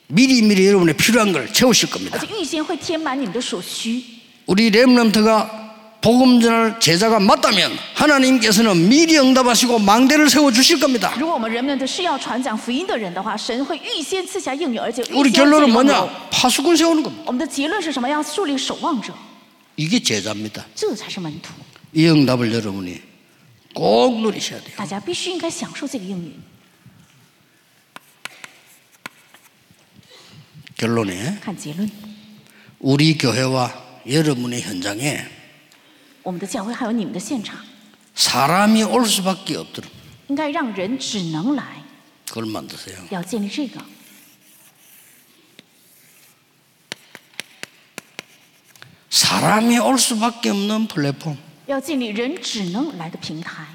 A: 미리 미리 여러분의 필요한 걸 채우실
B: 而
A: 겁니다.
B: 且预先会填满你们的所需。
A: 우리 렘런트가 복음 전할 제자가 맞다면 하나님께서는 미리 응답하시고 망대를 세워 주실 겁니다.
B: 如果我们人们的是要传讲福音的人的话，神会预先赐下应允，而且预
A: 우리
B: 先建立
A: 결론은
B: 望楼
A: 뭐냐? 파수꾼 세우는 겁니다.
B: 我们的结论是什么？要树立守望者，
A: 이게 제자입니다.
B: 这才是门徒。
A: 이 응답을 여러분이 꼭 누리셔야 돼요.
B: 大家必须应该享受这个应允。
A: 결론에
B: 看结论，
A: 우리 교회와 여러분의 현장에
B: 我们的教会还有你们的现场，
A: 사람이 올 수밖에 없도록
B: 应该让人只能来，
A: 그걸 만드세요.
B: 要建立这个。
A: 사람이 올 수밖에 없는 플랫폼. 예,
B: 要建立人只能来的平台，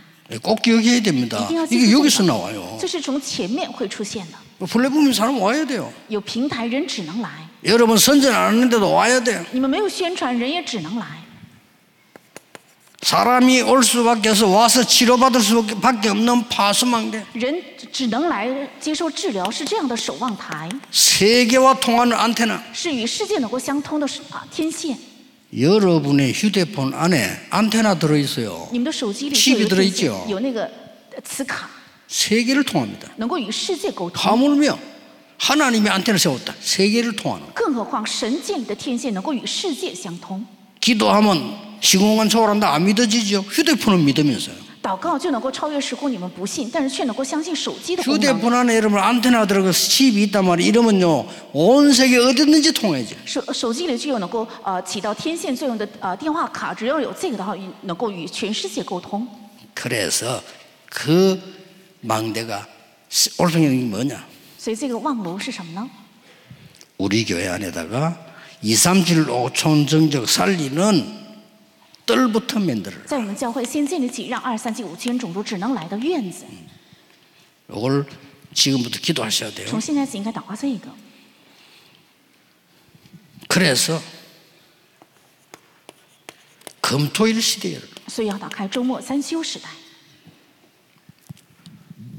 A: 꼭 기억해야 됩니다.
B: 一定要记
A: 이게
B: 住
A: 여기서
B: 这个
A: 나와요.
B: 这是从前面会出现的，
A: 플랫폼이 사람 와야 돼요.
B: 有平台人只能来，
A: 여러분 선전 안 하는데도 와야 돼요.
B: 你们没有宣传人也只能来，
A: 사람이 올 수밖에 없어 와서 치료받을 수밖에 없는 파수망대.
B: 人只能来接受治疗是这样的守望台，
A: 세계와 통하는 안테나.
B: 是与世界能够相通的是啊天线。
A: 여러분의 휴대폰 안에 안테나 들어있어요.
B: 你们的手机里
A: 气
B: 就
A: 味
B: 有
A: 都
B: 天
A: 已经
B: 线有那个呃磁卡，
A: 세계를 통합니다.
B: 能够与世界沟通。
A: 하물며 하나님이 안테나 세웠다. 세계를 통하는.
B: 更何况神建立的天线能够与世界相通，
A: 기도하면 시공간 초월한다 안 믿어지죠. 휴대폰은 믿으면서요.
B: 祷告就能够超越时空。你们不信，但是却能够相信手机的功能。
A: 휴대폰 안에 여러분 안테나 들어가서 칩이 있단 말이에요. 이러면요. 온 세계 어디든지 통해져.
B: 手手机里具有能够呃起到天线作用的呃电话卡，只要有这个的话，与能够与全世界沟通。
A: 그래서 그 망대가 올성형이 뭐냐?
B: 所以这个望楼是什么呢？
A: 우리 교회 안에다가 2, 3, 7, 5천 정적 살리는 뜰부터 만들어라.
B: 在我们教会先建立起让二三七五千种族只能来的院子，
A: 이걸 지금부터 기도하셔야 돼요.
B: 从现在起应该祷告这个。
A: 그래서 금토일 시대에
B: 所以要打开周末三休时代。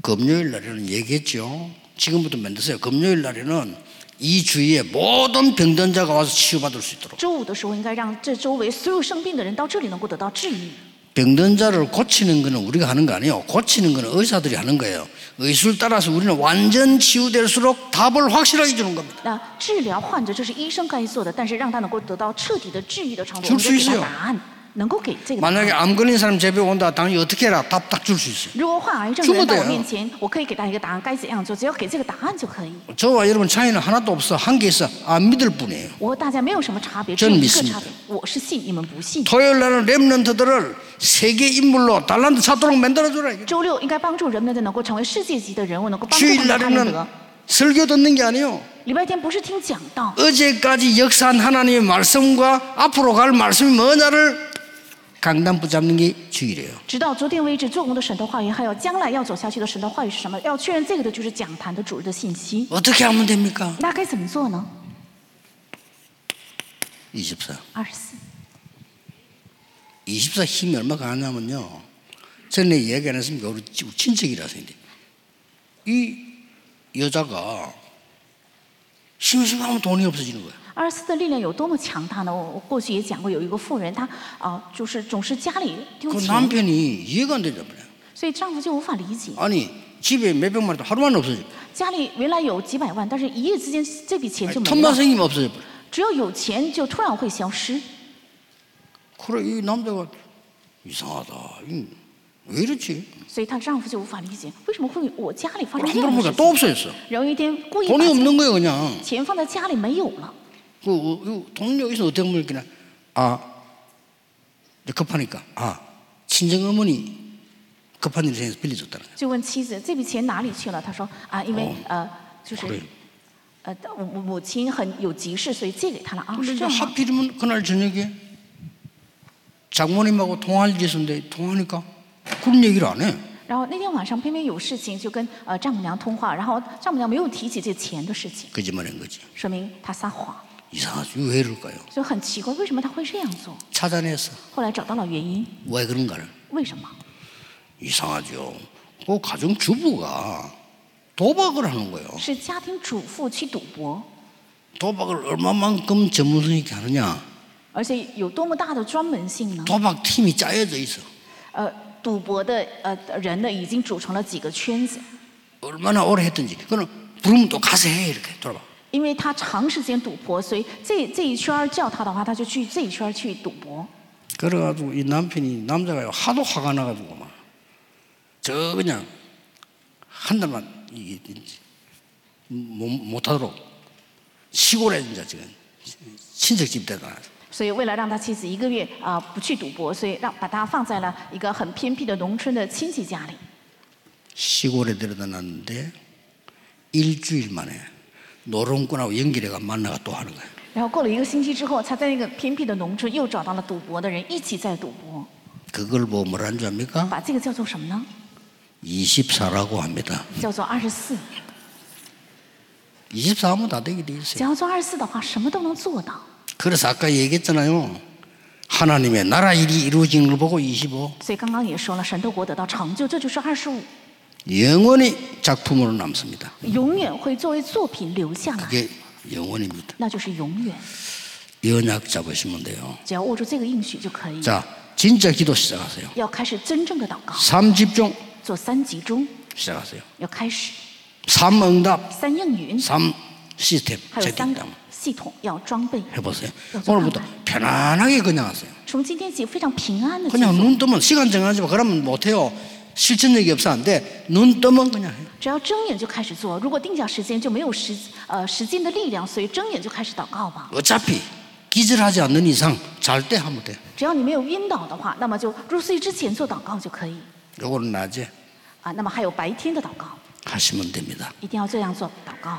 A: 금요일 날에는 얘기했죠. 지금부터 만드세요. 금요일 날에는 이 주위에 모든 병든 자가 와서 치유받을 수 있도록
B: 周五的时候应该让这周围所有生病的人到这里能够得到治愈。
A: 병든 자를 고치는 거는 우리가 하는 거 아니에요. 고치는 거는 의사들이 하는 거예요. 의술 따라서 우리는 완전 치유될수록 답을 확실하게 주는 겁니다.
B: 那治疗患者这是医生该做的，但是让他能够得到彻底的治愈的长度，我
A: 줄수
B: 们就给他
A: 있어요
B: 答案，能够给这个答案。
A: 만약에 암 걸린 사람 제배 온다. 당연히 어떻게 해라. 답 딱 줄 수 있어요.
B: 如果患癌症的人
A: 这么
B: 到
A: 的呀
B: 我面前，我可以给大家一个答案，该怎样做，只要给这个答案就可以。
A: 저와 여러분 차이는 하나도 없어. 한 개 있어. 안 믿을 뿐이에요.
B: 我和大家没有什么差别，只
A: 真
B: 有一
A: 迷
B: 个
A: 信
B: 差
A: 的
B: 别，我是信，你们不信。
A: 토요일 날은 랩런트들을 세계 인물로 달란트 찾도록 만들어줘라.
B: 周六应该帮助人们的能够成为世界级的人物，能够帮助他
A: 주일
B: 们看得
A: 날에는
B: 得。
A: 설교 듣는 게 아니에요.
B: 礼拜天不是听讲道，
A: 어제까지 역사한 하나님의 말씀과 앞으로 갈 말씀이 뭐냐를 강단 붙잡는 게 주일이에요.
B: 直到昨天为止做工的神的话语，还有将来要走下去的神的话语是什么？要确认这个的就是讲坛的主日的信息。
A: 어떻게 하면 됩니까?
B: 那该怎么做呢？
A: 24.
B: 二十四，
A: 24 힘이 얼마 강하냐면요. 전에 얘기 안 했습니까? 우리 지- 우리 친척이라서 인데이 여자가 심심하면 돈이 없어지는 거야.
B: 二十四的力量有多么强大呢？我我过去也讲过，有一个妇人，她啊、就是总是家里丢
A: 그
B: 钱，
A: 남편이 이해가 안 되잖아요.
B: 所以丈夫就无法理解，
A: 아니 집에 몇백만 원도 하루만 없어져.
B: 家里原来有几百万，但是一夜之间这笔钱就
A: 아니,
B: 没了
A: 틈만 ， 생기면 없어져 버려.
B: 只要有钱就突然会消失。
A: 그래 이 남자가 이상하다. 이- 왜 이렇지?
B: 所以她丈夫就无法理解，为什么会我家里发生这样的
A: 물어보니까
B: 事
A: 또
B: 情？
A: 없어졌어.
B: 然后有一天故意
A: 돈이
B: 把
A: 없는 거예요 그냥.
B: 钱放在家里没有了，
A: 그 어, 이거 돈 여기서 어떻게 물기냐아 이제 급하니까 아 친정 어머니 급한 일이 생겨서 빌려줬다는 거야.
B: 就问妻子这笔钱哪里去了？她说啊，因为、呃就是
A: 对
B: 呃我我母亲很有急事，所以借给她了啊，是
A: 근데
B: 这
A: 이제
B: 样吗？
A: 하필이면 그날 저녁에 장모님하고 통화할 일이 있었는데 통화하니까 그런 얘기를 안 해.
B: 然后那天晚上偏偏有事情，就跟呃丈母娘通话，然后丈母娘没有提起这钱的事情，
A: 거짓말한 거지.
B: 说明她撒谎，
A: 이상하지 왜 이럴까요?
B: 所以很奇怪，为什么她会这样做？
A: 찾아냈어.
B: 后来找到了原因，
A: 왜 그런가를.
B: 为什么？
A: 이상하죠. 그 가정 주부가 도박을 하는 거예요.
B: 是家庭主妇去赌博，
A: 도박을 얼마만큼 전문성 있게 하느냐.
B: 而且有多么大的专门性呢？
A: 도박 팀이 짜여져 있어.
B: 呃，赌博的呃人呢，已经组成了几个圈子，
A: 얼마나 오래 했든지. 그는 부르면 또 가서 해 이렇게 돌아봐.
B: 因为他长时间赌博，所以这这一圈儿叫他的话，他就去这一圈儿去赌博。
A: 그래가지고 이 남편이 남자가 하도 화가 나가지고 막. 저 그냥 한 달만 이- 이- 못, 못하도록 시골에 이제 지금 친척집 데도 안 와서.
B: 所以为了让他妻子一个月啊、不去赌博，所以让把他放在了一个很偏僻的农村的亲戚家里。
A: 시골에 데려다 놨는데 일주일 만에 노름꾼하고 연결해가 만나가 또 하는 거예요.
B: 然后过了一个星期之后，他在那个偏僻的农村又找到了赌博的人，一起在赌博。
A: 그걸 보고 뭐라는 줄 압니까?
B: 把这个叫做什么呢？
A: 24라고 합니다.
B: 叫做二十四。
A: 24 하면 다 되게 돼
B: 只
A: 있어요.
B: 要做二十四的话，什么都能做到。
A: 그래서 아까 얘기했잖아요. 하나님의 나라 일이 이루어지는 걸 보고 25.
B: 所以刚刚也说了，神的国得到成就，这就是二十五，
A: 영원히 작품으로 남습니다.
B: 永远会作为作品留下来，
A: 그게 영원입니다.
B: 那就是永远。
A: 연약 잡으시면 돼요.
B: 只要握住这个应许就可以。
A: 자, 진짜 기도 시작하세요.
B: 要开始真正的祷告，
A: 삼집중
B: 做三集中，
A: 시작하세요.
B: 要开始
A: 삼응답,
B: 三应允，
A: 삼 시스템,
B: 还有三个
A: 제딩담
B: 系统要装备。
A: 해보세요.
B: 그렇죠.
A: 오늘부터 편안하게 그냥 하세요.
B: 从今天起，非常平安的
A: 그냥 눈 뜨면 시간 정하지 마. 그러면 못해요. 실천력이 없어 안 돼. 눈 뜨면 그냥 해요.
B: 只要睁眼就开始做。如果定下时间，就没有时呃时间的力量，所以睁眼就开始祷告吧。
A: 어차피 기절하지 않는 이상 잘 때 하면 돼요.
B: 只要你没有晕倒的话，那么就入睡之前做祷告就可以
A: 요거는 낮에
B: 啊。那么还有白天的祷告，
A: 하시면 됩니다.
B: 一定要这样做祷告。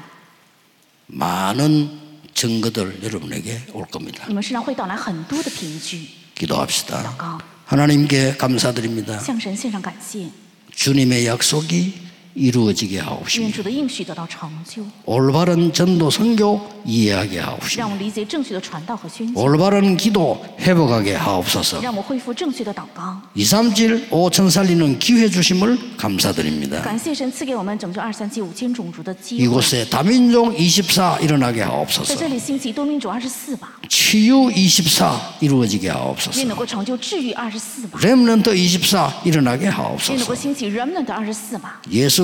A: 많은 증거들 여러분에게 올 겁니다.
B: 你们身上会带来很多的凭据。
A: 기도합시다.
B: 祷告。
A: 하나님께 감사드립니다.
B: 向神献上感谢，
A: 주님의 약속이 이루어지게
B: 愿
A: 하옵시며
B: 主的应许得到成就，
A: 올바른 전도 선교 이해하게 하옵시며
B: 让我们理解正确的传道和宣讲，
A: 올바른 기도 회복하게 하옵소서
B: 让我们恢复正确的祷告。
A: 237 5천 살리는 기회 주심을 감사드립니다
B: 感谢神赐给我们拯救二三七五千种族的机会，
A: 이곳에 다민족 24 일어나게
B: 在这
A: 하옵소서
B: 里兴起多民主二十四吧，
A: 치유 24 이루어지게
B: 愿
A: 하옵소서
B: 能够成就治愈二十四吧，
A: 렘넌트 24 일어나게
B: 愿能够
A: 하옵소서
B: 兴起 remnant 二十四吧。
A: 예수